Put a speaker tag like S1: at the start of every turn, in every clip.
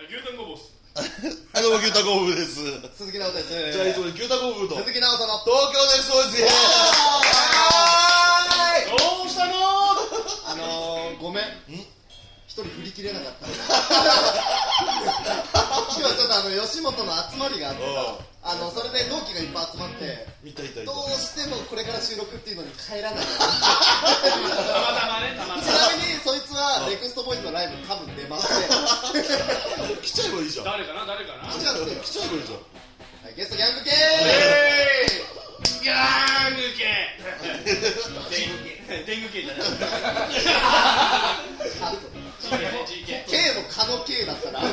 S1: 牛タンごぼうっす。
S2: はい、どうも、牛タゴーブです。
S3: 鈴木直人です。
S2: じゃあ、いつもの牛タゴーブと、東
S3: 鈴木直人の
S2: 京です、そうです、イエー
S1: ど
S2: イ
S1: うしたのー
S3: あのー、ごめん。一人振り切れなかった。今日ちょっとあの吉本の集まりがあってさ、あのそれで同期がいっぱい集まって、
S2: 見たいたいた
S3: ど。うしてもこれから収録っていうのに帰らない。
S1: たまたまね、たま
S3: ち
S1: たま。
S3: なみにそいつはネクストボーイズのライブ多分出ますね。
S2: 来ちゃえばいいじゃん。
S1: 誰
S2: 来
S1: かな、誰かな。
S2: ちゃえばいいじゃん来ちゃえばいいじゃん。
S3: はいゲストギャング系。
S1: えーいやー、抜け。天狗系じゃない。
S3: あ
S1: GK、
S3: K も可の K だったら。
S2: で、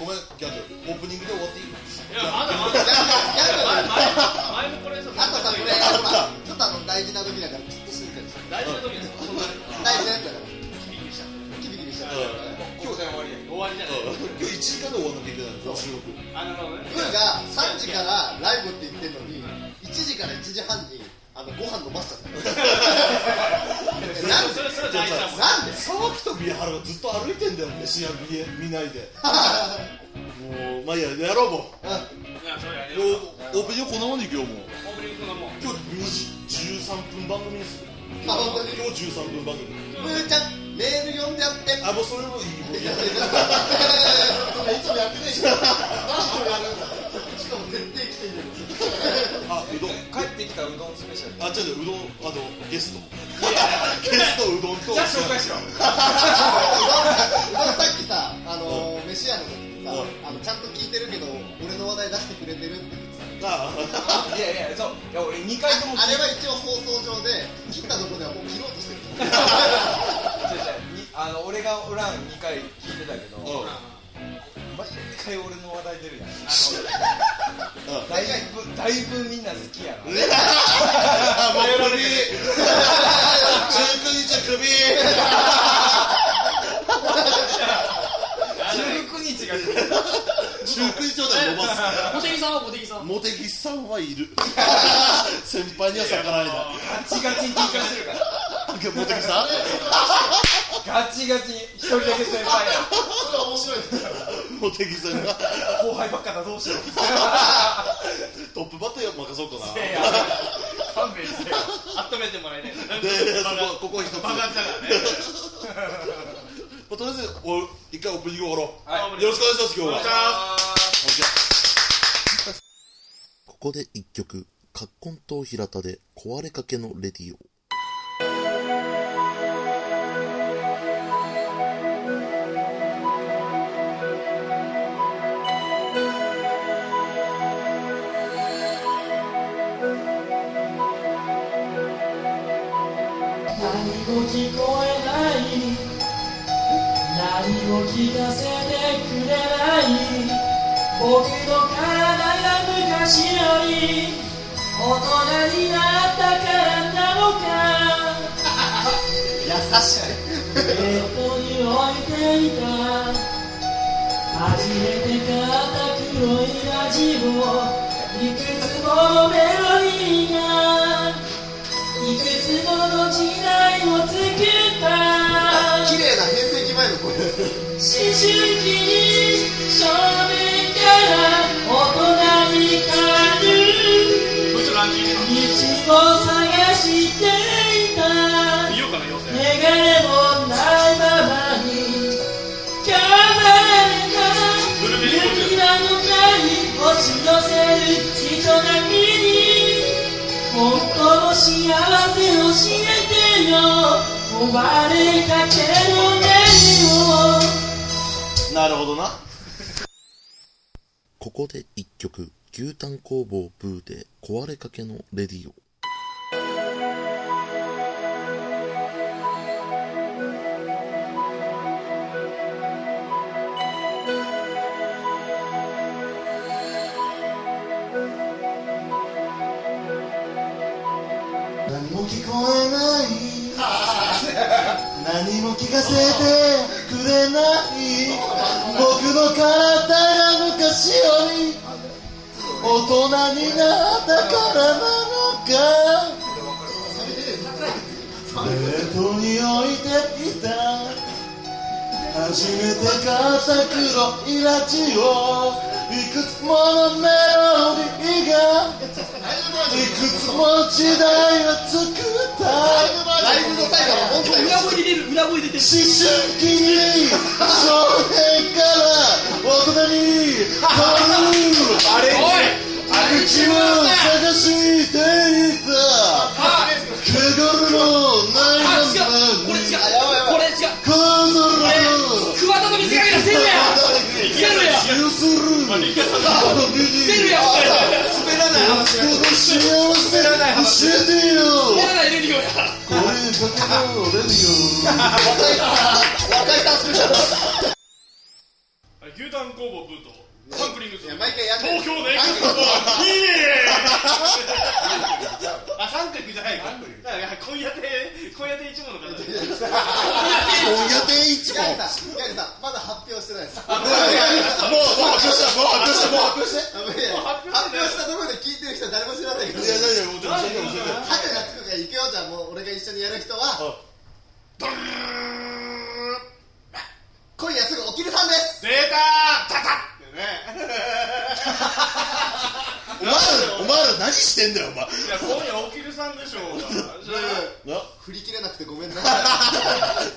S2: ごめん、ギャング、オープニングで終わっていい
S1: いや、まだまだ。前もこれさ、
S3: あとさこれ
S2: あった
S3: ほらちょっとあの大事な時だからちょっと静かにして。
S1: 大事な時ですよ。
S3: 大事なやつだから。
S1: ビビりしちゃって
S3: キビキビしちゃう。
S2: 今日、
S1: 終わりじゃない。
S2: 今日1時間で終わんなきゃいけないの、収録。
S1: あ、なるほどね。
S3: ムーが3時からライブって言ってるのに1時から1時半にあのご飯飲ましちゃったなんで
S1: それ、それ大事だもん。
S3: なんで
S2: 沢木と宮原がずっと歩いてんだよ、飯屋見見ない で。もう、まあいいや、やろうもう。
S1: いや、それやる
S2: も
S1: よ。
S2: うオープニングこんなもんでいくよ、もう。
S1: オープニングがもう。
S2: 今日2時13分番組ですよ。
S3: まあ本当に
S2: 今日13分番組。
S3: ムーちゃんメール読んでやって
S2: あ、もうそれもいい。もういいや
S3: いつもやってないししかも絶対来てる
S2: あ、うどん。
S4: 帰ってきたうどんスペシャル
S2: あ、違う違う、うどん、あの、ゲスト。ゲストうどんと。
S4: じゃあ紹介しろ
S3: さっきさあの飯屋の時にさ
S2: う
S3: あのちゃんと聞いてるけど俺の話題出してくれてるって言ってた
S2: あ
S4: いやいやそういや俺2回とも
S3: あれは一応放送上で切ったとこではもう切ろうとしてる
S4: 違う違うにあの俺がおらん2回聞いてたけど
S2: うん。うん。
S4: 毎回俺の話題出るやん
S2: うん
S4: だいぶだいぶみんな好きやな
S2: ねあ、もう首。19日首。
S4: 19日が
S2: 19日まで伸ば
S1: 茂木さんは茂木さ
S2: す。
S1: ん。
S2: モテギさんはいる。先輩には逆らえない。
S4: ガチガチに喧嘩してるから
S2: モテギさん
S4: ガチガチに一人だけ先輩や
S3: それは面白い
S2: 茂木さんが
S4: 後輩ばっかだどうしよう
S2: トップバッター任そうかな。
S4: いや勘弁してよ
S1: 温めてもらいたい。
S2: で、そこ、ここ一つ。
S1: バカだからね。
S2: まあとりあえず、お一回オープニング終わろう。
S4: はい
S2: よろしくお願いします、今日は。
S5: ここで一曲、カッコン島平田で壊れかけのレディオ。
S6: 何も聞こえない何も聞かせてくれない僕の体が昔より大人になったからなのか
S3: 優しい
S6: ベッドに置いていた初めて買った黒いラジオいくつものメロディーがいくつもの時代を作った
S3: 綺麗な変成期前の声
S6: 思春期に少年から大人に変わる
S1: こっちのランキング
S6: 道を探していた
S1: 見ようかな、要請。
S6: 願いもないままに叶えた雪なのかに押し寄せる人だけに本当の幸せを教えてよ壊れかけの願いを
S2: なるほどな。
S5: ここで一曲、牛タン工房ブーで壊れかけのレディオ。
S3: 何も聞こえない何も聞かせてくれない僕の体が昔より大人になったからなのかベッドに置いていた
S7: 初めて買った黒いラジオいくつものメロディーがいくつも時代を作った
S3: ライブの際から本当に
S8: 裏声出てる裏声出てる
S7: 思春期に少年から大人に変わる
S3: あれおい
S7: 口を探していた
S8: あ
S7: くぐるのない
S8: あ違う
S7: ま
S8: これ違うこ
S7: ま
S4: ばい
S8: れ違う
S7: この空
S8: これ桑田と見せかけたせるや せるや
S7: 要する
S8: せるや
S4: 滑らない話が
S7: 幸せ教えてよ
S8: やらないレディオや
S7: これだけのレディオ
S3: 若いさんスペシャル
S1: 牛タン工房ブートサンプリングする
S3: いや毎回やってる
S1: 東京でいくつもいいねあサンクリングじゃないかなんか今夜で今夜で一問の方です
S2: 今夜で一問
S3: ヤギさんヤギさんまだ発表してないです
S1: もうもう
S3: したもう発表したもう発表し
S1: もう
S3: て
S1: 発表
S3: 発表
S1: して
S3: したところで聞いてる人は誰も知らないから
S7: いやいやいやもうちょっと教えて教えて
S3: ハテナつくから行くよじゃあもう俺が一緒にやる人はドルルルルル今夜すぐおきるさんです
S1: 出たータタッってね
S2: お前らお前ら何してんだよお前
S1: いや今夜おきるさんでしょうがじゃあ
S2: な
S3: 振り切れなくてごめんな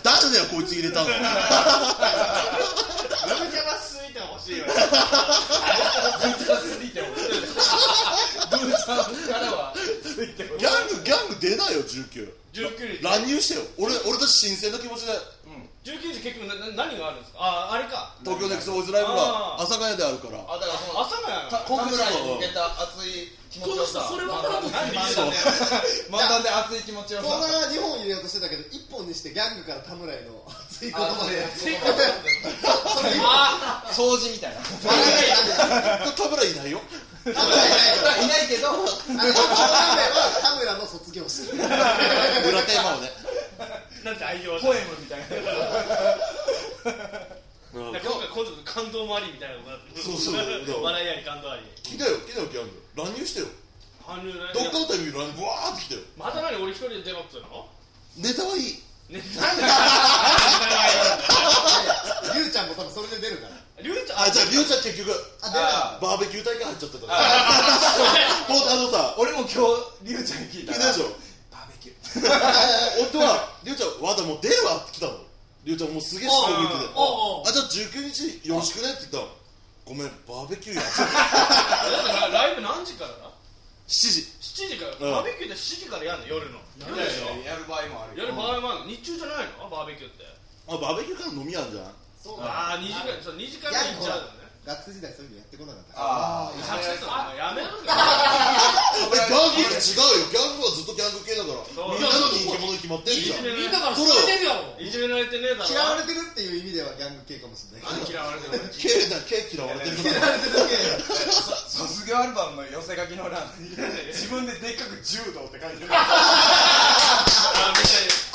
S2: 誰だよこいつ入れたの
S1: ラムジャバスイートが欲しいわ
S4: ついてもブーさんからはついても
S2: ギャングギャング出ないよ19
S1: 19時
S2: 乱入してよ俺俺たち新鮮な気持ちで
S1: 19時結局なな何があるんですかああれか
S2: 東京ネクストボーイズライブが
S1: あ
S2: 阿佐ヶ谷であるから
S4: あだからその
S1: 朝のや
S2: 今回
S4: 侍に向けた熱い気持ちをさ
S8: それ分からんと
S1: 何漫談で
S4: 漫談で熱い気持ちを
S3: コー
S4: さ
S3: ナー2本入れようとしてたけど1本にしてギャングから田村への熱い言葉で
S1: 追加であ
S4: 掃除みたいな田
S3: 田村へ
S2: 田村いないよ
S4: 村いないけど
S3: の名は田村の卒業式
S2: 裏テーマをね
S1: ーなんて愛用
S4: ポエムみたいな
S1: 今回今度感動もありみたいなのがあって
S2: そうそうそう
S1: 笑いあり感動あり
S2: 来たよ来たよギャング乱入してよ
S1: 韓流ね
S2: どっかのタイミングで乱入ブワーって来たよ
S1: また何俺一人で出まくってるの
S2: ネタはいい
S1: ねなんで
S3: りゅうちゃんも多分それで出るから
S1: りゅうちゃん
S2: あじゃありゅうちゃん結局
S3: あ出なか
S2: バーベ
S3: っ
S2: キュー大会入っちゃってたね
S1: あ
S2: ほんとあのさ
S4: 俺も今日りゅうちゃんに聞い
S2: 聞いた
S4: た
S2: で
S4: ら
S2: しょ
S4: バーベキュー
S2: 夫はりゅうちゃんわだもう出るわって来たのりゅうちゃんもうすげえ仕込みってて
S1: おうおうおう
S2: あじゃあ19日よろしくねって言ったのごめんバーベキューやっちゃう
S1: だってラライブ何時からだ
S2: 7時
S1: 7時から
S2: ん
S1: バーベキューって7時からやんの夜の夜でしょ
S4: やる場合もある
S1: やる場合もあるの日中じゃないのバーベキューって
S2: あバーベキューから飲みやんじゃん
S3: そうだ
S1: ああ2時間そう2時間
S3: ギャ
S1: で行っち
S3: ングほら
S1: ゃうのね
S3: 学生時代そういうのやってこなかった
S4: ああ
S1: 白熱だなやめろよ
S2: えギャングって違うよギャングはずっとギャング系だから
S1: そう
S2: みんなの人気者に決まってんじゃん
S8: みんなから好かれてるやろ
S1: いじめられてねえだろ
S3: 嫌われてるっていう意味ではギャング系かもしれな
S1: なん
S3: い
S1: で嫌われてるの
S2: K だ K 嫌われてるから
S3: 嫌われてるだけ
S4: 卒業アルバムの寄せ書きの欄に自分ででっかく柔道って書いてる
S1: あみたいに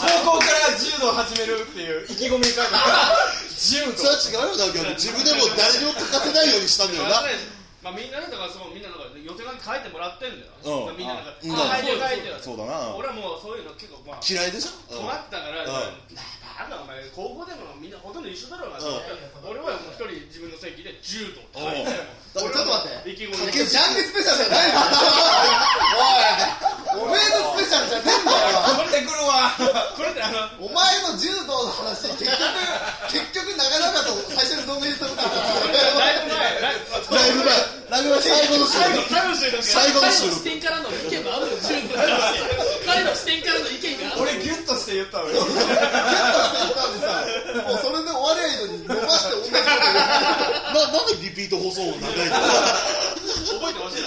S4: 高校から柔道始めるっていう意気込みに書いてる柔
S2: そ
S4: 道
S2: れは違うよなギャング自分でも誰にも欠かせないようにしたんだよ
S1: まあま
S2: な
S1: あみんなねだからそのみんななんか寄せ書き書いてもらってんだよ、
S2: うん
S1: みんななんか
S2: う
S1: 書
S2: ん
S1: いてる書いてる
S2: そうだな
S1: 俺はもうそういうの結構まあ止
S2: 嫌いでしょうん
S1: まってたから、
S2: ん
S1: なんかなんだお前高校でもみんなほとんど一緒だろうなと思って、俺はもう一人自分の席で柔道って書いて
S3: ちょっと待って
S1: 意気込み
S3: ジャンルスペシャルじゃないのおいおめえのスペシャルじゃねえんだよ
S4: 取ってくるわ
S1: これってあの
S3: お前の柔道の話結局結局長々と最初に動画入れたこと
S1: ラ
S3: あ
S1: イブ前ライ
S2: ライブ前ライブ前最後の週
S8: 彼の視
S1: ブ最後の収録
S2: 最後の収録
S8: 点からの意見があるよ十分彼の視点からの意見がある
S4: 俺ギュッとして言ったのよ
S3: るもうそれで終わりゃいいのに伸ばして同じこと
S2: ななんでリピート放送を長いんだ
S1: 覚え
S2: よ
S1: てほし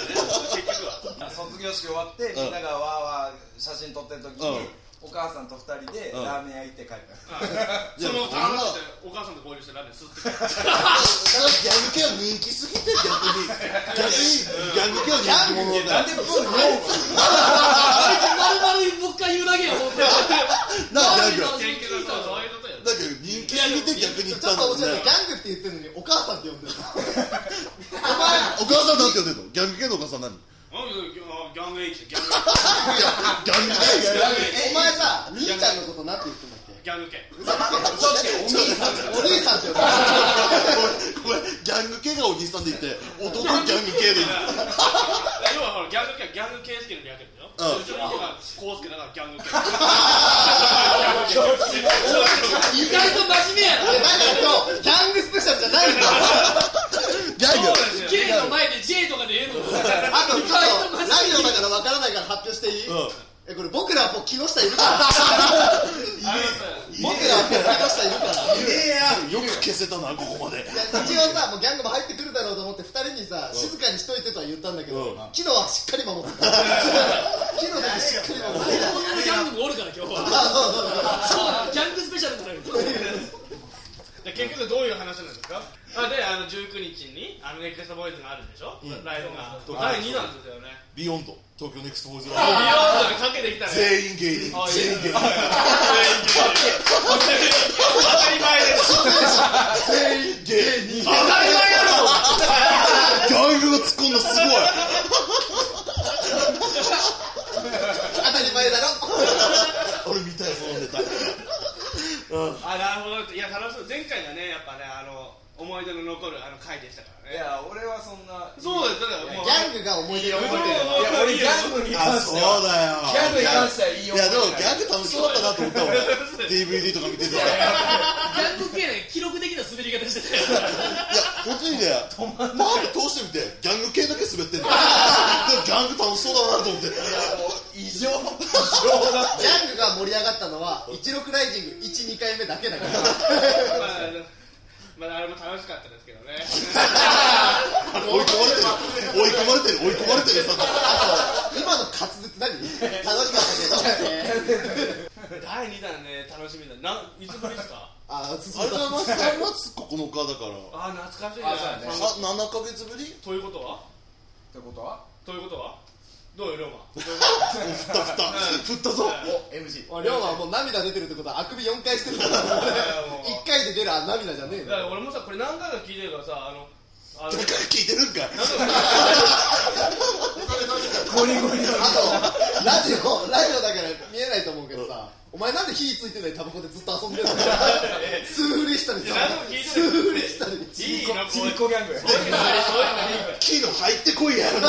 S1: いよ ね結局は
S4: 卒業式終わってみんながわーわー写真撮ってる時に、
S2: うん
S4: お母さんと二人で
S2: うん
S4: ラーメン屋行って帰った、
S1: その
S2: いやそんな
S1: 頼んでお母さんと交流してラーメン吸ってきた
S2: ギャング系は人気すぎて逆に逆にギャング系は人気者だ
S4: な
S2: よ
S8: あいつ丸々に
S4: んでブーノー
S8: もう一回言うだけよ本当に
S2: なあギャング
S8: あ
S1: 結局そうそういうことやね
S2: だけど人気すぎて逆に言っ
S3: ち
S2: たん
S3: ょっ
S2: だ
S3: と
S2: も
S3: お
S2: ん
S3: しゃ
S2: ね
S3: れギャングって言ってるのにお母さんって呼んでる
S2: お母さんなんて呼んでんのギャング系のお母さん何
S1: うんうんギャング H ギャング H
S2: ギャング系
S3: お前さ兄ちゃんのことなんて言ってんだっけ
S1: ギャング系
S4: お兄さん
S3: お兄さんって呼ば
S2: ごめんギャング系がお兄さんで言って弟ギャング系でいい
S1: 要はほらギャング系はギャング系好きの略でしょ
S2: うん
S1: 後ろにいるのがコウスケだからギャング系
S3: れるだから今日
S6: 意外と真面目やな
S3: ギャングスペシャルじゃないんだ
S2: ギャング
S1: そうですよ
S6: K の前で J とかで言うの
S3: あとちょっとラジオだからわからないから発表していい、
S2: うん
S3: えこれ僕らはもう木下いるか
S1: あの
S3: ら
S1: さ
S3: 僕らはもう木下いるから
S2: よく消せたなここまで
S3: いや一応さもうギャングも入ってくるだろうと思って2人にさ静かにしといてとは言ったんだけ
S2: うん
S3: ど昨日はしっかり守ってた昨日だけしっかり守ってた
S6: このギャングもおるか
S3: あそうそうそう
S6: ら今日はそうなのギャングスペシャルなのよ
S1: で結局どういう話なんですかあであの19日にあのネクストボーイズがあるんでしょ、ライブが第2弾ですよね
S2: ビヨンド東京ネクストボーイズ
S1: ビヨ
S2: ライ
S1: ンドにかけてきたね
S2: ブ全員芸人
S1: あいい
S2: 全
S1: ね当たり前です
S2: 員芸人全員芸人
S1: 当たり前だろ
S2: ギャングが突っ込んだすごい
S3: 当たり前だろ
S2: 俺見たよそのネタ
S1: あなるほどいや楽しそう前回がねやっぱねあの思い出の残るあの回でしたからね
S4: いや俺はそんな
S1: そうですだからもう
S3: ギャングが思い出が残ってる
S4: いや俺ギャングに
S2: あ
S4: 関し
S2: そう
S4: ては
S2: だよ
S4: ギャングに関してはいい
S2: い
S4: よ
S2: やでもギャング楽しかったなと思った俺 DVD とか見ててさいや
S6: ギャング系ね記録的な滑り方してたよ
S2: 本当にねマーク通してみてギャング系だけ滑ってんだよでもギャング楽しそうだなと思って
S4: 異常異常だ
S3: ギャングが盛り上がったのは16ライジング12回目だけだから
S1: まああのまああれも楽しかったですけどね
S2: 追い込まれてる追い込まれてる追い込まれてるよ佐藤
S3: 今の滑舌何楽しかったけど
S1: 第2弾ね楽しみだないつぶりですか
S2: あ
S3: あ
S2: れ
S3: そう
S2: がま3月9日だから
S1: あ懐かしい
S4: あそうだね
S1: ね
S2: 7ヶ月ぶり
S1: ということは
S4: ってことは
S1: ということはどうよ龍馬
S2: 振った振った振ったぞ
S4: お MG
S3: 龍馬はもう涙出てるってことはあくび4回してるから
S1: も
S3: 1回で出るあ涙じゃねえ
S1: う
S3: の
S1: だから俺もさこれ何回か聞いてるからさあのあの
S2: だから聞いてるんかい
S4: ゴリゴリの
S3: あと、ラジオ、 ラジオだから見えないと思うけどさ、お前なんで火ついてないタバコでずっと遊んで るのスーフリしたりさ
S1: いやラジオ聞い、て
S3: ス
S1: ない
S3: ーフリしたり。
S1: いいなこ
S4: ち
S1: れ
S4: びっこギャングや
S1: そういうのないそういうのない
S2: キーの入ってこいやもう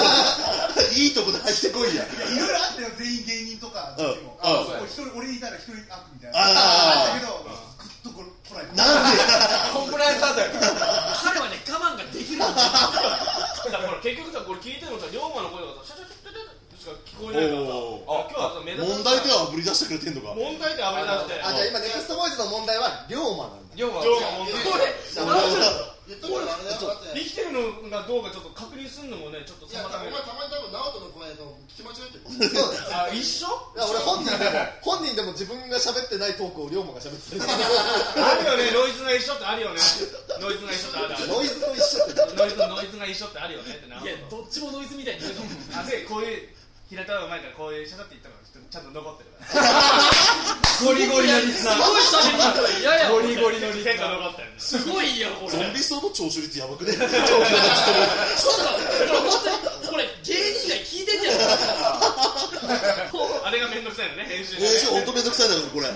S2: いいとこで入ってこいや
S9: いろいろあったよ全員芸人とかの時も
S2: うん
S9: あ
S2: うん
S9: 俺一人俺いたら一人アップみたいな
S2: あー
S9: あったけどグッとこ来ない
S2: なんで
S4: コンプライアンスあったよ
S6: 彼はね我慢ができるの
S1: だからほら結局さこれ聞いてもさ龍馬の声とかさシャシャシャシャシャしか聞こえないからさあ今
S2: お
S1: 日はさ目立
S2: 問題点はあぶり出してくれてんのか
S1: 問題点あまりなくて
S3: あ、じゃあ今、ネクストボーイズの問題は、龍馬なんだ。
S4: 龍馬
S1: 龍馬問題
S3: じゃあ
S8: 言っとくからあれだよだって
S1: 生きてるのがどうかちょっと確認するのもねちょっと
S8: いや
S1: 妨
S8: お前
S1: げる
S8: たまに多分直人の声の聞き間違えてる
S3: そうだよ
S1: あ一緒
S3: いや俺本人でも、本人でも自分が喋ってないトークを龍馬が喋って る。
S1: あるよねノイズが一緒ってあるよねノイズが一緒ってあるある
S3: ノイズ
S1: ノイズノイズが一
S3: と一緒って。
S1: 緒ってあるよねってない
S6: やどっちもノイズみたいに言うの
S1: あでこういう平田の前からこういうシャシャって言ったのがちょっとちゃんと残ってるから
S4: ゴリゴリのリスナ
S6: すごい喋り方いやいや
S4: ゴリゴリのリス
S1: 結
S4: ナ
S1: 構
S4: ー
S1: 残ってるね
S6: すごいよこれ
S2: ゾンビ層の聴取率やばくね
S6: そうだろ本当にこれ芸人以外聞いてんじゃん
S1: あれがめんどくさいのね編集
S2: 練習ほんとめんどくさいだからこれ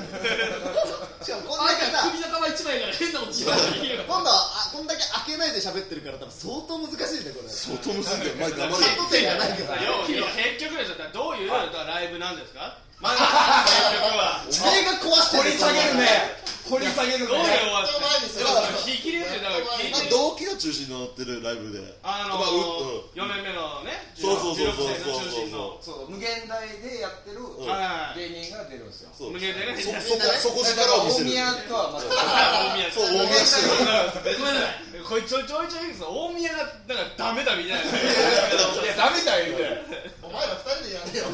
S3: しかもこん
S6: あ
S3: だ
S6: い
S3: け
S6: つ
S3: さ、
S6: 首の皮一枚から変なもん自慢できるよ
S3: 今度はあこんだけ開けないで喋ってるから、多分相当難しいね、これ。
S2: 相当むずいんだよ前頑張れよ
S3: 当点がないから。
S1: 要は要は結局ですよだからどういうだからライブなんですかまず結局は
S3: お前が壊して
S4: 掘り下げるね掘り下げる
S1: どういう
S4: ね
S1: 終わった
S8: 前にする
S1: でも引きですよだから聞いてる
S2: 同期が中心になってるライブで
S1: あ
S2: ま
S1: の
S2: あう
S1: 四年目のね
S2: そうそうそうそう
S1: 16歳の中心の
S4: そう無限大でやってる
S2: うん
S1: はい
S4: 芸人が出るんですよ
S2: そう
S1: 無限でね
S2: そそこそこ力を見せ
S4: 大
S2: る
S4: 宮とはまた
S1: 大宮
S2: そう大宮して
S1: ご
S2: る
S1: めんなさいこれちょいちょいちょい言うんですよ大宮がだからダメだみたい ない
S4: やダメだよみたい
S8: お
S4: な
S8: 前ら二人でやれよ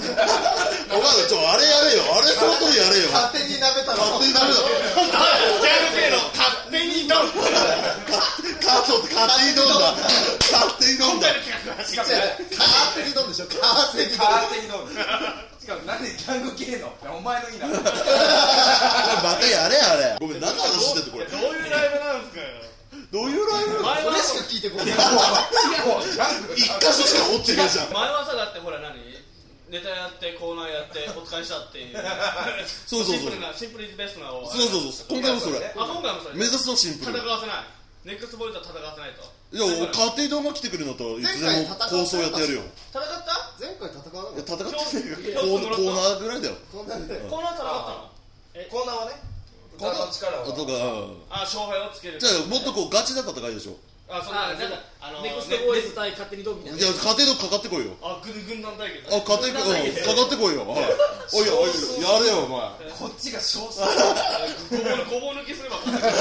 S2: お前らちょあれやれよあれ相当やれよ
S3: 勝手に舐めたら
S2: 勝手にダメ だ
S1: ギャル系の勝手にドン今
S2: カートって勝手に飲んだ勝手に飲ん だ
S1: 回の企画は違うね
S3: 勝手に飲んでしょ勝手に飲んで
S4: カーテンドームしかもなんでギャング系のお前のいいな
S2: またやれあれごめん何の話してんのこれ
S1: どういうライブなんです かよ
S2: どういうライブ
S1: 前
S3: そ
S1: は
S3: れしか聞いてこない
S4: もうギャング
S2: 一箇所しか掘ってねえじゃん
S1: 前はさだってほら何ネタやってコーナーやってお疲れしたっていう
S2: そうそう
S1: シ
S2: そう
S1: ンプルなシンプルイズベストなを
S2: そうそうそう今回もそれ
S1: あ今回もそれ
S2: 目指すのシンプ
S1: 戦
S2: ル
S1: わせないネックスボルトは戦わせないと
S2: いや勝手に動画来てくるのといつでも放送やってやるよ
S1: 戦った
S3: 前回戦わ
S2: い
S3: な
S2: や
S3: かっ
S2: 戦ってない
S1: 今
S2: よ
S1: 日
S2: コーナーコーナーぐらいだよ
S3: たこんなんで
S1: コーナー戦ったの
S8: コーナーはね
S4: 歌の力
S2: あ
S4: は
S2: とかうん
S1: あ勝敗をつける
S2: じゃあもっとこうガチな戦いでしょ
S1: あそうだ
S6: あなんか
S1: あの
S6: ネクス
S1: ね
S6: トボーイズ対勝手にドンみたいな
S2: じゃあ勝手にかかってこいよ
S1: あ軍軍団対決
S2: あ勝手にかかってこいよはいおいおいやれよお前
S9: こっちが少数
S1: ごぼうごぼう抜きすれば勝てる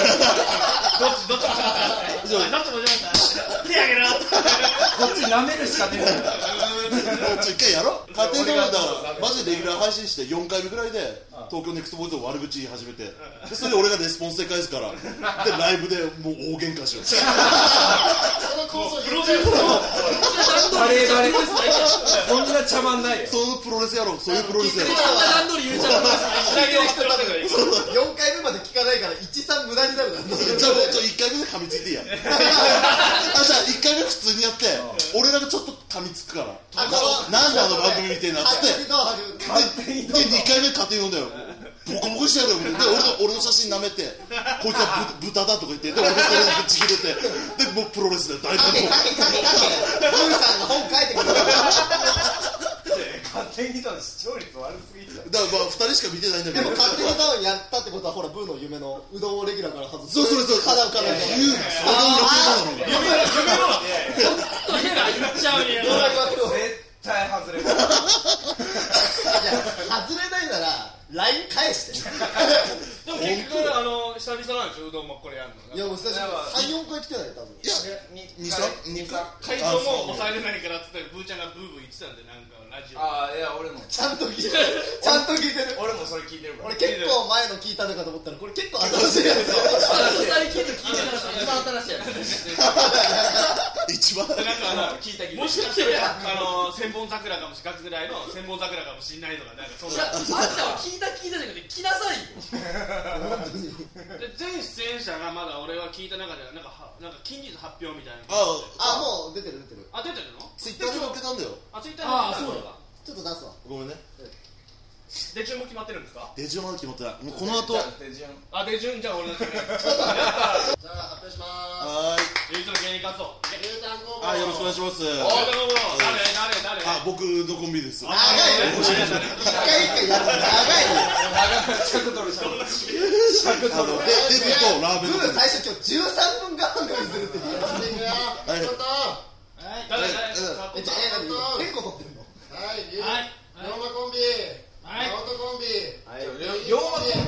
S1: どっちどっちも勝て るどっちも勝てる手あげろ
S4: こっち舐めるしかねえんだよ
S2: ちょ一回やろう家庭動画だからマジでレギュラー配信して4回目ぐらいで東京ネクストボーイズを悪口言い始めてでそれで俺がレスポンスで返すからでライブでもう大喧嘩しよう
S1: プロデュース
S4: バレバレこんな茶番ないよ
S2: そのプロレスやろうそういうプロレスやろう
S6: 段取り言うちゃう
S1: 下着をしてたからいい
S3: 4回目まで聞かないから13無駄になるな
S2: じゃあもうちょ1回目で噛みついていいやあじゃあ1回目普通にやって俺らがちょっと噛みつくから
S3: あ
S2: ななんであの番組みたいになっ
S3: 勝
S2: て
S3: 手にどう始める
S2: でで2回目家庭呼んだよボコボコしてやるよみたいなで俺の俺の写真舐めてこいつはぶ豚だとか言ってで俺がそれをぶち切れてでもうプロレスだよ大
S3: かけ
S2: 根
S3: かけかけかけブーさんが本書いてくれる
S4: 勝手にとの視聴率悪すぎちゃう
S2: だからまあ2人しか見てないんだけ
S3: で
S2: ど
S3: も勝手にダウンやったってことはほらブーの夢のうどんをレギュラーから外す
S2: そうそれそれ
S3: かなうかなう
S2: 言うあの録画なのに
S6: 言っちゃうよ
S4: 絶対外れる
S3: 外れないなら LINE 返して
S1: でも結局あの久々なんでしょうどんもこれやるの
S3: いやもう久しぶり34回来てない多分
S2: いや2回
S4: 2
S1: 会
S2: 2回
S1: 場も抑えれないからっつってブーちゃんがブーブー言ってたんでなんかラジオ
S4: ああいや俺も
S3: ちゃんと聞いてるちゃんと聞いてる
S4: 俺もそれ聞いてるか
S3: 俺
S4: ら
S3: 結構前の聞いたのかと思ったらこれ結構新しいやつ
S6: 最近の聞いて
S2: 一番
S6: たら一番新しいや
S1: でなんかあの
S4: 聞いた聞
S1: も
S4: いた
S1: しかしてあの千本桜かもしれないぐらいの千本桜かもしれないとかなんかそん
S6: ついや
S1: な
S6: あんたは聞いた聞いたじゃなくて聞きなさいよ
S1: で全出演者がまだ俺は聞いた中ではなんかはなんか近日発表みたいな
S2: あ
S3: あもう出てる出てる
S1: あ出てるの
S2: ツイッターにも受けたんだよ
S1: あツイッター
S6: ああそうだ
S3: ちょっと出すわ
S2: ごめんね
S1: 出順も決まってるんですか
S2: 出順まだ決まってないもうこの後は
S4: 手順
S1: あ出順じゃあ俺の決め
S3: じゃあ発表しま
S2: ーい
S1: 唯一の芸人活動
S3: す牛タン工
S2: あよろしくお願いします
S1: お誰誰誰
S2: あ僕のコンビです
S3: 長いね一回一回やるの長いね
S4: 近く取るしか
S2: あのでデブとラーメンの
S3: ブ
S2: コンビ
S3: ー最初今日13分間半ぐらいするって言ってた
S2: はい
S1: 誰誰
S3: えじゃあえなんで結構撮ってるの
S1: はいはい
S4: 龍馬コンビ
S1: 龍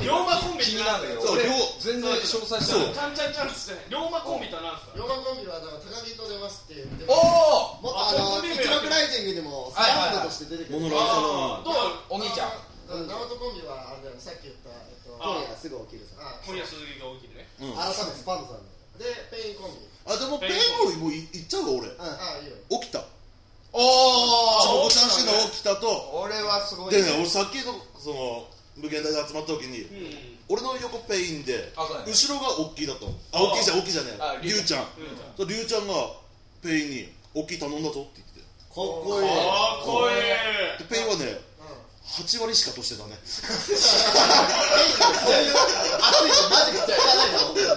S1: 馬コンビ
S4: 気になるよ
S2: そう
S4: 俺
S2: 龍
S4: 全然詳細してない
S1: ちゃんちゃんちゃんっつって龍馬コンビとは何ですか
S4: おお
S3: もっとあの
S1: あ
S3: イクラブライジングにもサラウンドとして出てくる
S2: モノラ
S1: あ
S2: ー
S1: どう
S4: お兄ちゃん
S3: 今夜すぐ起きるさ
S1: 今夜鈴木が大きいね
S2: さんうん
S3: 改めてスパンドさんの
S2: あでもペンももうい行っちゃうわ俺起きた
S4: お
S2: お
S4: お
S2: ぼちゃん氏の起きたと
S4: 俺はすごい
S2: でね俺さっきのその無限大で集まった時に、
S1: うん
S2: 俺の横ペインで
S4: あそうだね
S2: 後ろが大きいだとあ大きいじゃん大きいじゃね
S4: あ
S2: えり
S4: りゅ
S2: ゅ
S4: う
S2: うちゃんとりゅうちゃんがペインに「大きい頼んだぞ」って
S3: かっこい
S1: か
S3: い
S1: っこいい
S2: 言ってでペインはね、8割しかとしてたね
S3: そういう熱いのマジで聞かないの
S4: ペ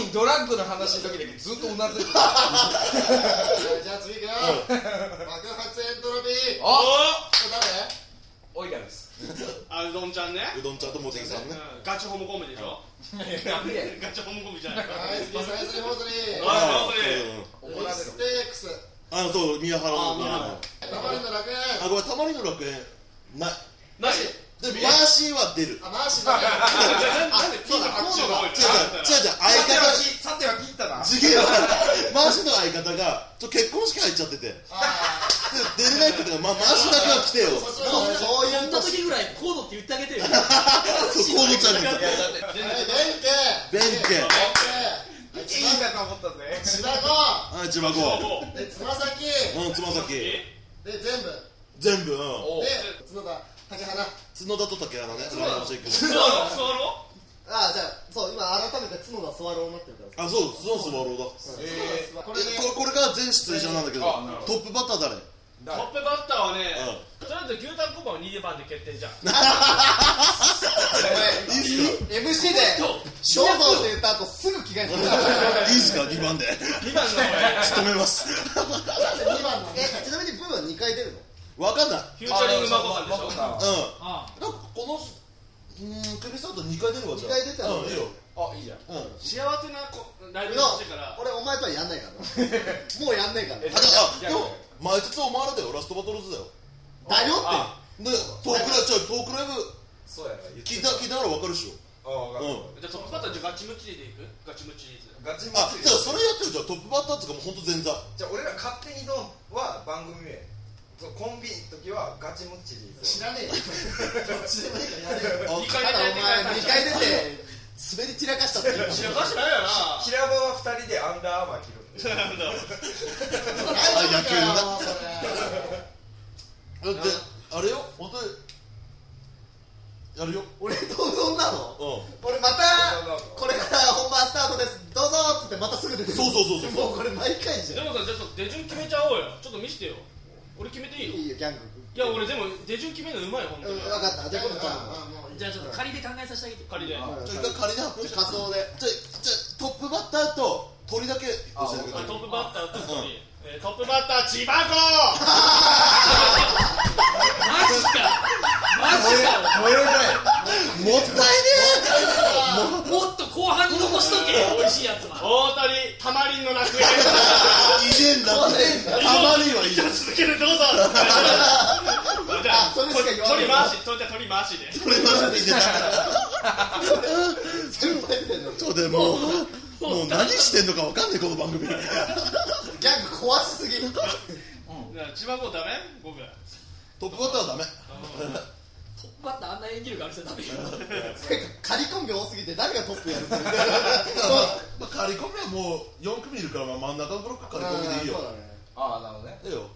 S4: インドラッグの話の時だけずっとうなずいてたあおいらです
S1: あうどんちゃんね
S2: うどんちゃんと茂木さんね
S1: ガチホモコンビでしょガチホモコンビじゃない
S2: あ
S1: あ
S4: 怒られる
S2: ああそう宮原の宮原あごめんたまりの楽園ない
S1: なし
S2: でマーシーは出る違う違う違う
S1: なんでピンがこうのが多い
S2: 違う相
S4: さては
S2: 方
S4: きさては切ったな
S2: すげえわマーシーの相方がちょ結婚式入っちゃっててで出れないって言うから、まあ、マーシーだけは来てよ
S3: そういう
S6: そんな時ぐらいコードって言ってあげてよ
S2: そう河野ちゃんに弁慶
S4: いいかと思ったぜ
S2: はい千葉子
S3: でつま先
S2: うんつま先
S3: で全
S2: 全部
S3: 部
S2: うん
S4: おう
S3: で角田竹花
S2: 角田と竹原ねライブしていく
S1: 座ろ座ろ
S3: あじゃあそう今改めて角田スワローになってるから
S2: あそうそうそうスワローだ
S3: こ
S2: えこれこれが全出演者なんだけど
S4: あなるほ
S2: トップバッター誰
S1: トップバッターはね、とりあえず牛タンコバを2番で決定じゃん。
S3: お前 MC でどうぞって言った後すぐ着替えてきた
S2: いいっすか2番で
S1: 2番の俺、
S2: 勤めます
S3: 2番のえちなみにブーは2回出るの
S2: わかんない
S1: フューチャリングマコさんでしょ。
S2: うんなんかこのうんクビサート2回出るわじゃあ
S3: 二回出たら
S2: うんいいよ
S4: あいいじゃん
S2: うん
S1: 幸せなこライブを
S3: の
S1: してから、
S3: 俺お前とはやんないから もうやんないからだよ
S2: あだあでも前日お前らだよラストバトルズだよ
S3: っ
S2: でトークライブちょいトークライブ
S4: そうやな
S2: 聞いた聞いたから分かるっしょ
S4: あ分かる
S2: うん
S1: じゃあトップバッターじゃあガチムチでいくガチムチリーズ。
S4: ガチム
S2: あ
S4: チ
S2: じゃあそれやってるじゃんトップバッターっていうかもう本当前座
S4: じゃあ俺ら勝手にドンは番組名そうコンビの時はガチムッチリーズ
S3: 知らねえよどっちでもいいからやれよ
S2: あ
S1: 2回
S3: た
S1: 出て2
S3: だお前2
S1: 回
S3: 回出て滑り散らかしたって言った
S1: 出て。いや、おかしないよな。
S4: 平場は2人でアンダーアーマー着るっていう
S1: なんだ
S2: 野球な
S3: な
S2: だってあれよ本当にやるよ
S3: 俺とうどんなの
S2: う
S3: 俺またこれから本番スタートですどうぞっつってまたすぐ出てくる
S2: そうそうそうそう
S3: もうこれ毎回じ
S1: で
S3: ゃん
S1: もさ、じゃあちょっと手順決めちゃおうよ。ちょっと見せてよ。俺決めていいの
S3: いいよギャング
S1: いや、俺でも手順決めるのうまいよ、本当
S3: うん
S1: に。
S3: 分かったじゃあ今度頼
S6: じゃあちょっと仮で考えさせてあげて
S1: 仮で。
S3: むわ
S2: んじゃあ一回仮で発表し
S3: 仮
S2: て
S3: 想で
S2: じゃあじゃあトップバッターと鳥だけ教えてく
S1: ト
S2: ださい
S1: ップバッターとここに、えートップバッター千葉子
S4: 燃える
S2: もったいね
S6: もっと後半に残しとけ美味しいやつは
S1: 大谷タマリンの楽園
S2: え遺伝だってたまにはいいじゃん
S1: 続けるどうぞじゃあ
S3: あそれしか言わない
S1: 取り回し取り取り回しで
S2: これマジで
S3: 先輩みたいな
S2: そうでもうもう何してんのかわかんないこの番組
S3: ギャング壊しすぎ
S1: じゃあ千葉子ダメ僕
S2: トップバッターはダメ
S6: トップバッターあんな演技力ある人ダメよ
S3: てか仮コンビ多すぎて誰がトップやるって
S2: まあ刈り込みはもう4組いるからまあ真ん中のブロック刈り込みでいいよ
S3: そうだね
S4: ああなるほどね
S2: ええよ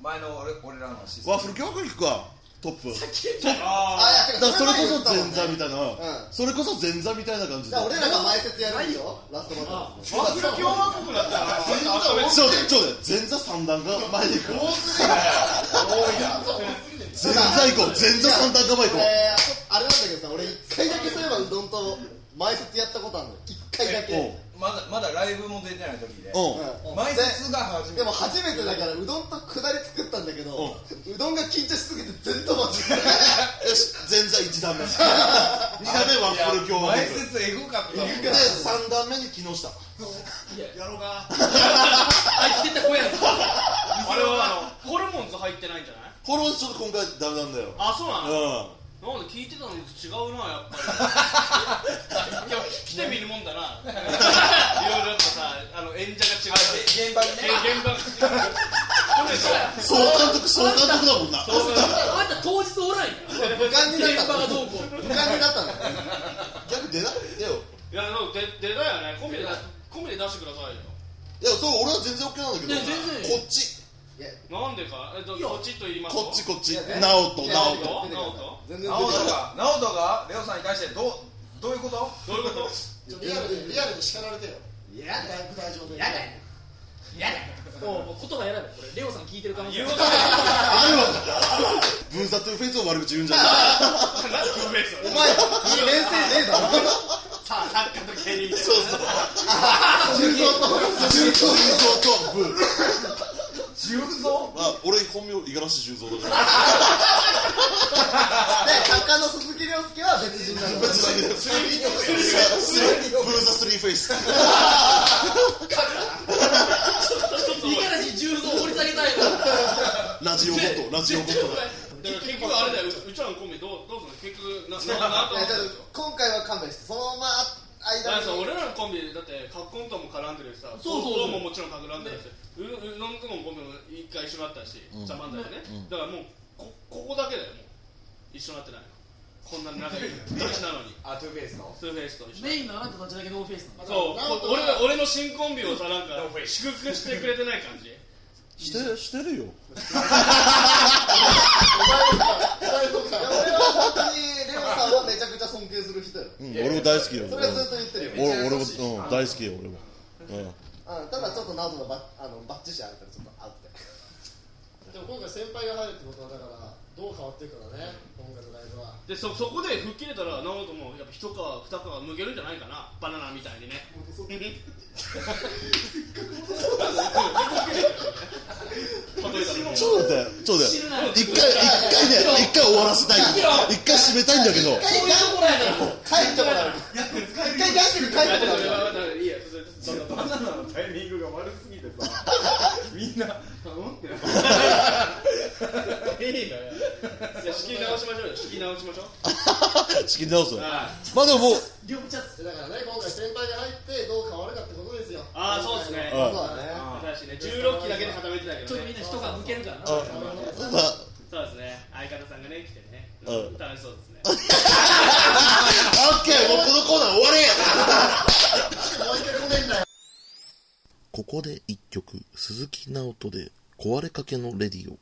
S4: 前の俺俺らのシステム
S2: ワッフル協会行くかトップ
S1: あ
S3: あい
S2: だ
S3: や
S2: か
S3: て
S2: らそれ
S3: か
S2: こそ前座
S3: だ
S2: みたいな、
S3: ん
S2: それこそ前座みたいな感じで
S3: から俺らが前説やるんですよラストバト
S1: あ
S3: ル
S1: ワッフル共和国だったら
S2: そうだよそうだよ前座三段が前で行くから前座行こう前座三段が前行こう
S3: えーあれなんだけどさ俺一回だけそういえばうどんと前説やったことあるの一回だけ
S2: おう
S4: まだまだライブも出てない時で
S2: うん
S3: うん
S4: 前説が始め
S3: でも初めてだからうどんと下り作ったんだけどうどんが緊張しすぎて全然間違
S2: よし前座一段目二段目ワッフル共和
S4: 前
S2: 国
S4: 説エグかったもん
S2: で三段目に木下
S6: あいつ絶対怖いやつ
S1: あれはあのホルモンズ入ってないんじゃない
S2: フォローちょっと今回ダメなんだよ
S1: あそうな
S2: う
S1: の、
S2: ん
S1: なんで聞いてたのと違うなやっぱ りいや来てみるもんだ ないろいろやっぱさあの演者が違うし
S4: 現場に
S1: え
S4: ね
S1: 現場が違うそうでしょ
S2: 総監督総監督だもんな
S6: あんた当日おらんよ
S3: えて無感にな
S6: 現
S3: った
S6: 場
S3: の
S6: がどうこう
S3: 無感になったの
S2: 逆出ないでよ
S1: いや、なんか出出だよね、コンビで出コンビで出してくださいよ。
S2: いやそう俺は全然 OK なんだけど、
S6: ね全然
S2: こっち
S3: いや
S1: なんでか、えっと、
S6: いや
S1: こっちと言いますと。
S2: こっちこっち
S3: い
S2: 直
S3: や
S2: 人
S3: ね
S2: 直人
S3: い
S1: 直
S3: や
S1: 人
S3: 出てください全然
S4: 直人が直人がレオさんに対してどうどういうこと
S1: どういうこと。
S3: リアルにリアルに叱られてよいやだいぶ大丈夫やだよ
S6: もうもう言葉選べこれレオさん聞いてる可能性
S1: 言う
S6: あ
S1: ことな
S6: る
S1: い。
S2: 分ートゥーフェイスを悪口言うんじゃない
S1: なんで不明ですよ
S3: お前いい連戦ねえだろ
S1: さあ、作家と芸人みたい
S2: そうそう
S3: 中東と
S2: 重曹重曹とブー
S4: 重蔵
S2: あ俺本名五十嵐重蔵だから
S3: で作家の鈴木亮介は別人なの
S2: 別にスリースリーブーザスリーフェイス
S6: 五十嵐十三掘り下げたいから
S2: ラジオごとラジオごと
S1: な。だから結局あれだよ、ううちらのコンビどう、どうするの、結局、な、な、なん
S3: いやちょっ
S1: と。
S3: と今回は勘弁してそのまま
S1: だから
S3: 間
S1: さ、
S3: に
S1: 俺らのコンビ、だって、カッコンとも絡んでるしさ。
S6: そうそう
S1: ど
S6: そう
S1: ももちろん絡んでるし。う、う、のんとのコンビも一回一緒だったし、じゃ、漫才ね。だから、もう、こ、ここだけだよ、もう。一緒になってない。こんなに仲良い。どっちなのに。
S4: あトゥーフェイスの
S1: ツーフェイスと一緒。
S6: メインのあなたたちだけノーフェイスなの
S1: そう、こ俺が俺の新コンビをさ、なんか祝福してくれてない感じ。
S2: してしてるよ
S3: いや俺は本当にレオさんはめちゃくちゃ尊敬する人よ
S2: うん俺も大好きよ
S3: それはずっと言って
S2: 俺
S3: るよ
S2: 俺もうん大好きよ俺もうん
S3: うんただちょっとナオトのバッあのバッチシあるからちょっとアウトででも今回先輩が入るってことはだからどう変わっていくかだね今回のライブは
S1: でそそこで吹っ切れたら直人もやっぱ一皮二皮むけるんじゃないかなバナナみたいにね例えたらね
S2: ちょっと待って、ちょっと待って。一回、一回ね、一回終わらせたい。一回締めたいんだけど。
S3: 一回出してもらえない帰ってもらう一回出してくれ帰ってもらうから
S1: いいやそれそれ
S4: バナナのタイミングが悪すぎてさみんなうんってなっ
S1: いいのよじゃあ仕切り直しましょうよ仕切り直しましょう
S2: 仕切り直すま
S1: あ
S2: あでももう、
S3: 両チャンスだからね今回先輩が入ってどう変わるかってことですよ
S1: あーそうですね
S3: そうだね
S1: あ新しいね16期だけで固めてたけ
S10: ちょっ
S1: ど
S10: とみ
S1: ね
S10: んな人が向けるからな
S2: あまあ、
S1: そうですね相方さんがね来てね
S2: うん
S1: 楽しそうですね
S2: オッケー、もうこのコーナー終われここで一曲、鈴木直人で壊れかけのレディオ。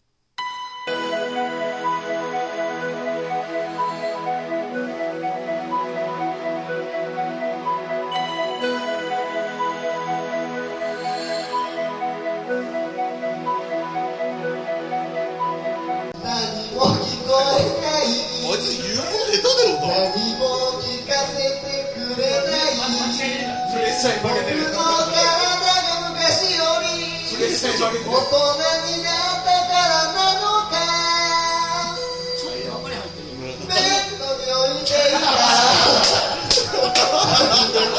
S2: あ
S6: 何も聞こえない
S2: いつ言うこと下手だよな。
S6: 何も聞かせてくれない
S4: プレッシャーに負
S6: 僕
S4: けてる
S6: の体が昔よ
S4: プレッ
S6: り
S4: シャーに負けて
S6: 大
S4: る
S6: 人になったからなのかベッドに置いていた抜けた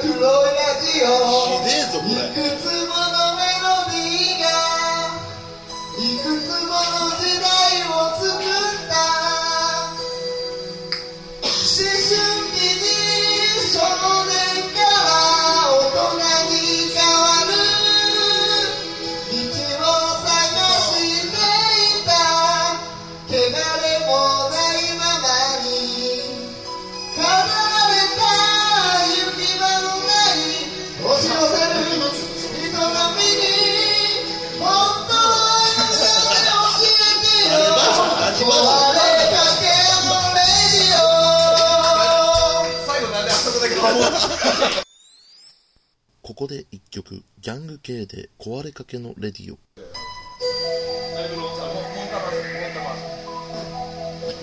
S6: 黒いラジオ
S2: ひでえぞ、こ
S6: いく
S2: れ。
S6: つものメロディーがいくつもの時代を作った思春期に少年から大人に変わる道を探していた汚れもないままに離れた行き場のない押し寄せる人の身に本当の幸せを教えてよ壊れかけのレディオ
S4: 最後なんであそこだけ
S2: ここで一曲、ギャング系で壊れかけのレディオ。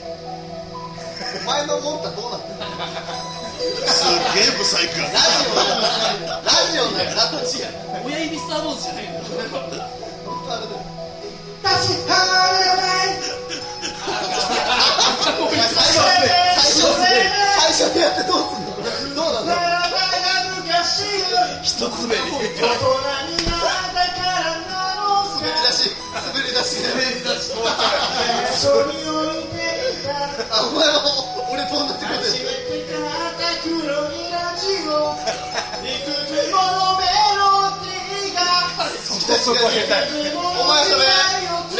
S3: お前のモンタどうなってんの
S2: すっげえブサイク。
S3: ラジオだよラジオだよラジオだよ
S10: 親指スター・ウォーズじゃないの
S6: 確かめない
S3: 最初最初最初にやってどうすんのどうなの
S6: 体が昔よ
S2: 一つ目に。
S6: り大人になったからなの
S3: 滑り出し滑り出し
S6: そこに置いていた
S3: あお前は俺とんだってこと
S6: 初
S3: で
S6: めて買った黒いラジオいくつものメロディーが
S3: そこそこ下
S6: いくつもの
S3: お前それ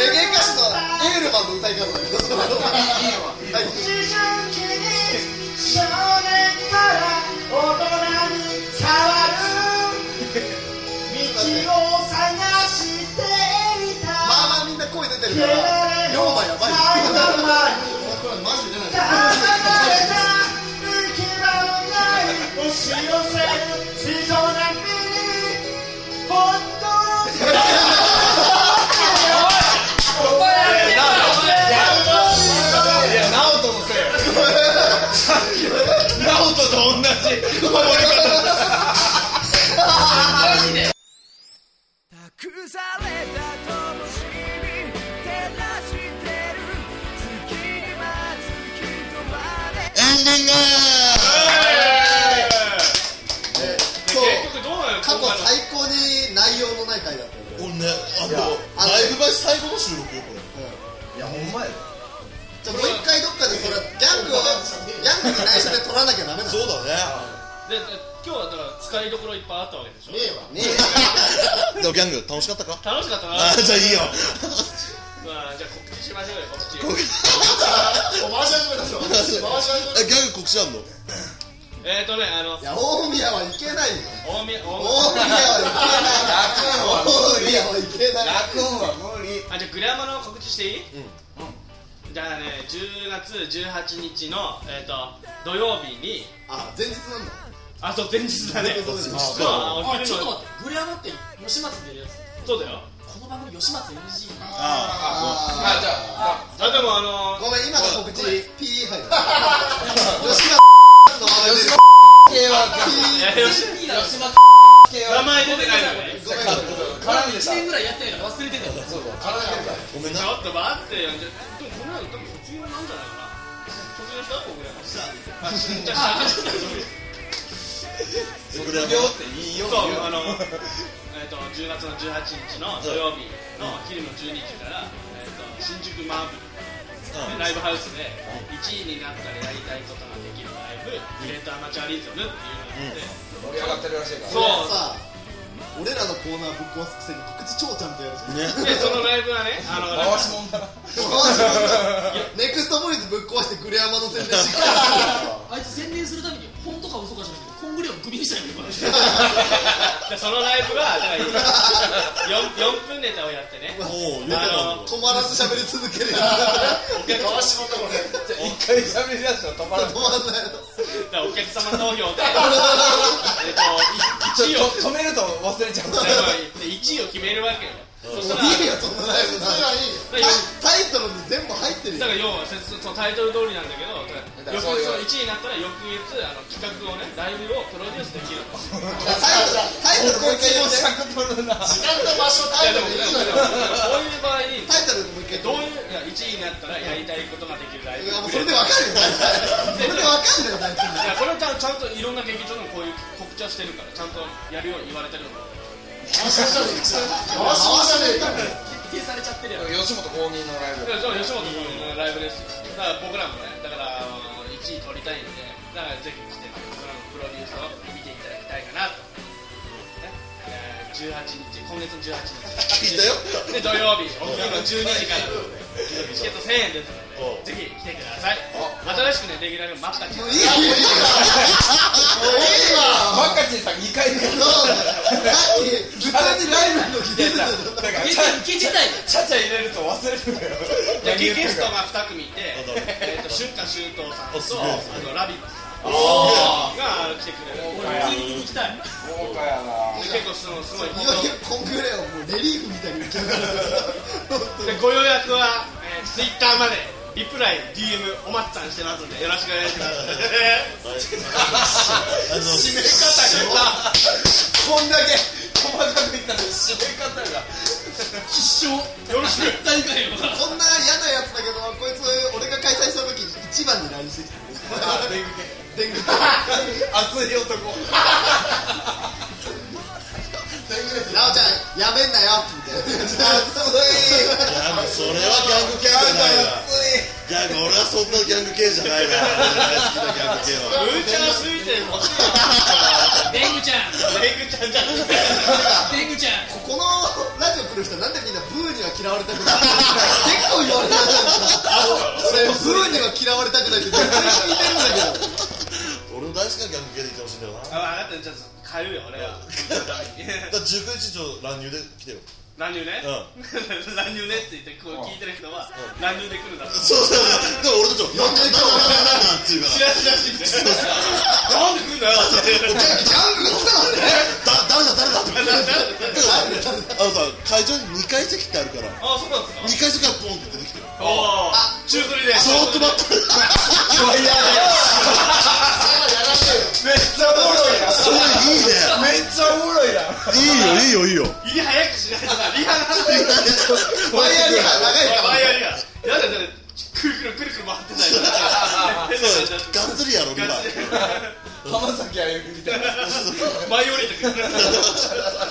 S3: レ
S6: 時代を
S3: ゲエ歌手の
S6: 作った
S3: エールマンの歌い方だけどそれはい
S6: 思春期に少年から大人に変わる道を探していた
S3: まあまあみんな声出てる
S6: 汚
S3: か
S6: れ
S3: ら龍
S6: の
S3: 馬
S6: ない
S3: やばい
S6: ままに
S3: これマジで出ない
S6: ただれた浮き輪のない押し寄せる地上波に本当の力を
S4: いや直人のせい直人と同じ終わり方
S11: 託された灯しに照らしてる月に待つ人まで
S2: エンディング
S3: そう
S1: 結局どうなの
S3: 過去
S1: 今回の
S3: 最高に内容のない回だったよこ
S2: こ
S3: れ
S2: れね、あの、ライブバイ最後の収録よ、これ。
S4: いやほんまや
S3: じゃあもう一回どっかでそれギャングをギャングに内緒で撮らなきゃダメなの
S2: そうだ
S1: でで今日はだから使いどころいっぱいあったわけでしょ
S3: ね
S2: ね。
S3: え
S2: でもギャング、楽しかったか
S1: 楽しかったな
S2: あ、じゃあいいよ。
S1: まあじゃあ告知しましょうよ告知
S3: 回し始めたでしょ回し
S2: え、ギ
S3: 始めた
S2: ャング告知あんの
S1: えっ、ー、とねあの
S3: いや大宮はいけないよ
S1: 大宮
S3: 大宮
S1: 大宮
S3: はいけない大宮はいけない
S4: 楽は無理
S1: あじゃあグラマの告知していいうんじゃあね10月18日の、えー、と土曜日に
S3: あ前日なんだ
S1: あそう前日だね
S3: 前日
S1: そ
S3: だね
S1: うあ
S10: あ
S1: お
S10: ちょっと
S1: 昼の
S10: 待ってグレアマって虫松出るやつ
S1: そうだよ
S3: この番組吉松 NG
S2: あ
S4: あじゃ
S1: あでもあの
S3: ごめん今の告知
S1: ごめん
S3: P 入る 吉松の名前出る
S7: 系
S1: い
S7: は
S1: やよし
S7: 吉松系
S1: 名
S7: は
S1: 前出てないのね
S3: ごめん
S4: 絡んでた
S6: 1年ぐらいやってないから忘れて
S4: そ
S6: た
S4: うそう絡んで
S2: ごめん
S1: ち
S2: な
S1: ょっと待ってよでもこの間多分卒業なんじゃないかな卒業した僕ら
S4: た死ん
S1: じ
S4: じ
S1: ゃ
S4: ゃ
S1: あ
S2: 卒
S4: 卒業っていいよ
S1: そうあのえっと10月の18日の土曜日の昼の12時から、えっと新宿マーブル
S2: うん
S1: ライブハウスで1位になったらやりたいことができるライブ「イベントアマチュアリズム」っていうのがあって、
S4: 盛り上がってるらしいから
S1: そう
S3: さ俺らのコーナーぶっ壊すくせに告知超ちゃんとやるじゃん
S2: ね
S1: でそのライブはねあの
S4: 回しもんだな
S3: でもマジ でネクストボーイズぶっ壊してグレアマの宣伝しっか
S6: あいつ宣伝するために本とか嘘かじゃなくてコングレをグミにしたよねこれ
S1: でそのライブはだから4 4分ネタをやってね
S2: おうよ
S1: あの
S2: かっ
S3: り 止まらず喋り続けるや
S1: お客
S9: 回しもんだこれ
S4: じゃあ一回喋り出したら止まら
S3: つ
S4: ない
S3: 止まんない
S1: だからお客様投票で、えっと、1位を
S4: ちょ止めると忘れちゃうから
S1: 1位を決めるわけよそしたら
S3: いいよそんなライブな
S1: だから
S3: タイトルに全部入ってる
S1: だ
S3: よ
S1: から要は説そのタイトル通りなんだけどだから翌日その1位になったら翌月あの企画をねライブをプロデュースできるの
S3: タイトルタイトルもう一回言うね
S9: 時間と場所
S1: い
S9: タイ
S1: や
S9: ト
S1: でも
S9: ルい
S1: で
S9: い
S1: も
S9: の
S1: で
S9: よ
S1: もこういう場合に
S3: タイトルもう一回
S1: どうい
S3: う
S1: ういや1位になったらやりたいことができるライブ
S3: それでわかるよ大体それでわかんだよ大
S1: い
S3: 体
S1: やこれはちゃんちゃんといろんな劇場でもこういう告知をしてるからちゃんとやるように言われてるの
S3: 回しもしゃべりたい
S6: 徹底されちゃってるやん
S4: 吉本公認のライブ
S1: でそう吉本君のライブですよだから僕らもねだからあの1位取りたいんでだからぜひ来て僕らのプロデュースを見ていただきたいかなと、ねえー、18日今月の18日
S2: 聞
S1: で
S2: いたよ
S1: 土曜日お昼の12時からチケット1000円ですのでぜひ来てください新しくねレギュラーのマッタちゃん
S3: いいよいいよもういいわ
S4: マッカチンさん2回目
S3: そうださっきずっとライブの日出てたじゃん
S4: だから
S6: 受
S4: ちゃ
S6: け受け自体
S4: ちゃちゃ入れると忘れるんだよ
S1: でゲゲスト
S4: が
S1: が2組いて、
S2: なるほど
S1: えー、と春夏秋冬さんと
S2: あすご
S1: あの
S2: い
S1: ラビッツさんが来てくれる
S4: 豪華
S6: 俺
S4: や
S6: 普通に聞きたい
S4: 豪華やな
S1: で結構そのすごい
S3: いよいよコングレをもうレリーフみたいに受けなが
S1: で
S3: ら
S1: ご予約は、えー、ツイッターまでリプライ DM おまっさんしてますんでよろしくお願いします
S2: たあの
S1: 締め方が
S3: こんだけ
S4: 細かくいったら締め方が
S6: 必勝
S1: よろしく
S6: 絶対かよ
S3: こんな嫌なやつだけどこいつ俺が開催した時一番に LINE してきた
S4: 熱
S3: でんぐ
S4: い男
S3: なおちゃんやめんなよみたいな
S2: ギャグそれはギャグ系じゃないわギャグ俺はそんなギャグ系じゃないわ俺が大好きなギャグ系は
S1: うーちゃんついてほしい
S6: デングちゃん
S1: レイクちゃんじゃん
S6: デングちゃん
S3: このラジオ来る人なんでみんなブーには嫌われたくない結構言われた俺ブーには嫌われたくないって全然聞いてるんだけど
S2: 俺の大好きなギャグ系でいってほしいんだよ
S1: あ
S2: なだか
S1: 分かったじゃあ帰るよ俺は
S2: ら19日の乱入で来てよ
S1: 乱入ね、
S2: う
S1: 乱入ねって言ってこう聞いてる人は乱入で来るだろう
S2: そうそうそうでも俺たちは「なんでなんでなんでなんで」って言う
S1: チ
S2: か
S1: ラチラしてきてなんで来んだよって
S3: ジャングル来たのね
S2: ら「だ誰だ誰だ」って言うからあのさ会場に2階席ってあるから
S1: あそうなんですか
S2: 2階席がポンって出てきてよ
S1: おお中取りで
S2: ちょっと待って
S4: めっちゃおもろいな
S2: それいいね
S4: めっちゃおもろいな
S2: い
S4: い
S2: よいいよいいよ
S1: 入り早くしないとさリハが長い
S3: ワイヤリーが長いから
S1: ワイヤリがやだやだくるくるくるくる回ってない
S2: そうがっつりやろう今
S1: ガチで
S4: 浜崎あゆみみたいな
S1: 舞い降りてくる
S2: 分かってんだよもう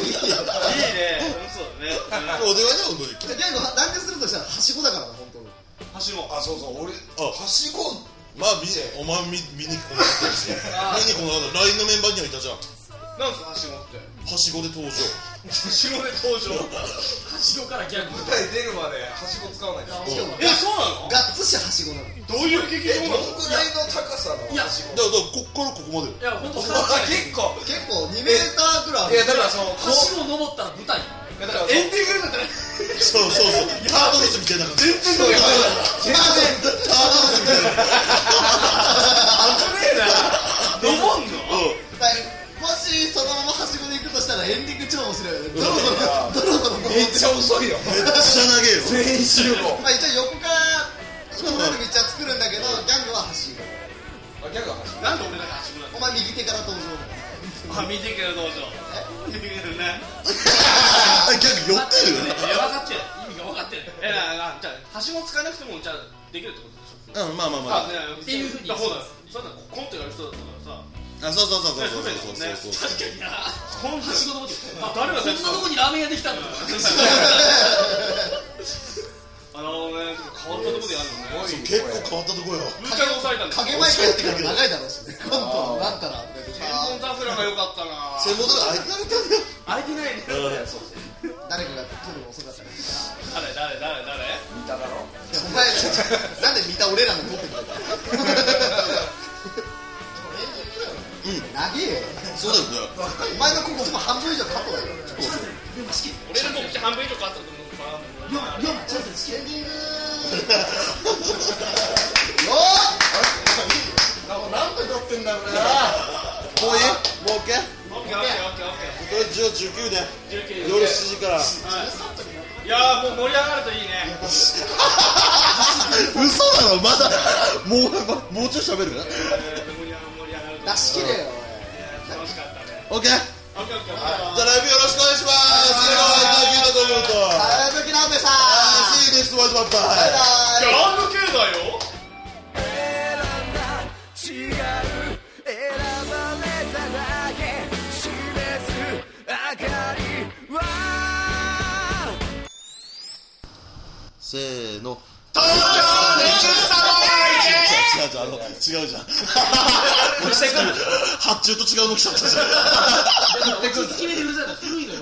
S3: もういいよ
S1: いいね楽しそうだね
S2: お願いね本当に
S3: ギャグ乱入するとしたらはしごだからな本当に
S1: 橋も
S4: あそうそう俺
S2: あはしごまあ見お前見見に来なかったし見に来なかった LINE のメンバーにはいたじゃん
S1: なんすか橋もって
S2: はしごで登場
S1: 橋もで登場
S6: はしごからギャグ
S4: 舞台出るまではしご使わないでしょ
S3: しか
S1: え
S3: も
S1: そうなの
S3: ガッツしはしごなの
S1: どういう劇場なの
S4: どのくらいの高さの
S6: い
S4: は
S6: や
S4: しご
S2: だからだからこっからここまでよ
S6: いや本当勘
S4: あ
S6: 違い
S4: 結構
S3: 結構2メーターぐらいあ
S4: い
S3: る
S4: やだからそのこ
S6: はしご登ったら舞台
S4: うだからそ
S1: エ
S4: の
S1: ンディングだったら
S2: そうそうそうタートルズみたいな感じ
S4: そ
S3: 全
S4: うやばい
S2: タ
S3: 然
S1: 危ねえな登
S2: ートルズみたいな
S1: んの
S2: うん
S3: だいもしそのままはしごで行くとしたらエン
S4: ちゃ遅いよ
S2: めっちゃ長えよ
S4: 全員集合
S3: まあ、一応横から通れる道は作るんだけどギャングは走る
S4: あギャグは走る
S1: なんで俺だけ走るの
S3: お前右手から登場
S1: あ見てくれる道場え見てくれるね
S2: あ逆寄ってるよね
S1: いや分かってる意味が分かってるえなじゃあ橋も使わなくてもじゃあできるってことでしょ
S2: うんまあまあま
S1: あね
S2: あ
S1: っていうふうにそうだそうだコントやる人だったからさ
S2: あそうそうそうそう
S1: 不便
S2: そう
S1: だもんね
S2: そうそうそう
S1: 確かになこんな仕事持ってあ誰が
S6: こんなとこにラーメン屋できたんだ
S1: あのねちょっと変わったとこでやるのねぶっち
S2: 結構変わったとこよ
S1: ゃけ抑えたんだ
S3: 影前からやってから長いだろうしね今度はなったら
S1: 天文桜が良かったな
S2: 専門とか開いてなかったん
S1: 開いてないね
S2: だよ
S3: 誰かが取るの遅かったから
S1: 誰
S3: い
S1: 誰誰誰
S4: 見ただろ
S3: やお前なんで見た俺らの取ってくれたの
S2: うん
S3: 長えよ
S2: そうだよね
S3: お前の告知も半分以上カットだよ
S1: 俺の告知半分以上買ったと思うから
S3: よー
S4: なんか撮ってんだろうな
S2: もういいもう OK
S1: オッケーオッケーオッケーオッケー
S2: これ1019で
S1: 19
S2: 夜7時から嘘
S1: いやーもう盛り上がるといいね
S2: だろまだもうもうちょい喋る
S1: えー盛り上がる盛り上がるといい
S3: 出し切れよ
S1: えー楽しかったね
S2: OK じゃ
S1: オッケーオッケー
S2: あライブよろしくお願いしますそれではギターとルート
S3: 早時鍋さ ん
S2: See you next one bye
S3: バイ
S2: bye
S3: バ
S1: ギャ
S3: イ
S1: ング系だよ
S12: 選んだ違う選ばれただけ示す明かりは
S2: せーの東京の違う違う違うあの違うじゃん発注と違うの来ちゃったじゃん
S6: 月決めでうるさいの古いのよ